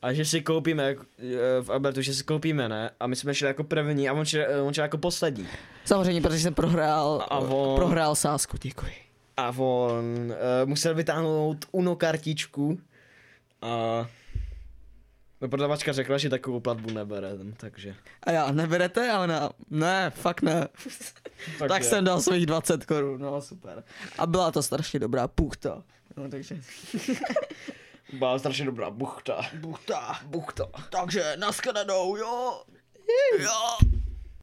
S2: a že si koupíme, jak- eh, v Albertu, že si koupíme, ne? A my jsme šli jako první a on šel, eh, on šel jako poslední.
S1: Samozřejmě, protože jsem prohrál,
S2: A on-
S1: prohrál sásku, děkuji.
S2: A on uh, musel vytáhnout Uno kartičku a no, prodavačka řekla, že takovou platbu nebere, no, takže.
S1: A já, neberete? A ona, ne, fakt ne. Tak, tak
S2: je.
S1: jsem dal svých 20 korun, no super. A byla to strašně dobrá puchta. No takže...
S2: Byla strašně dobrá buchta.
S1: Puchta.
S2: Buchta.
S1: Takže naschledanou, jo. Jo.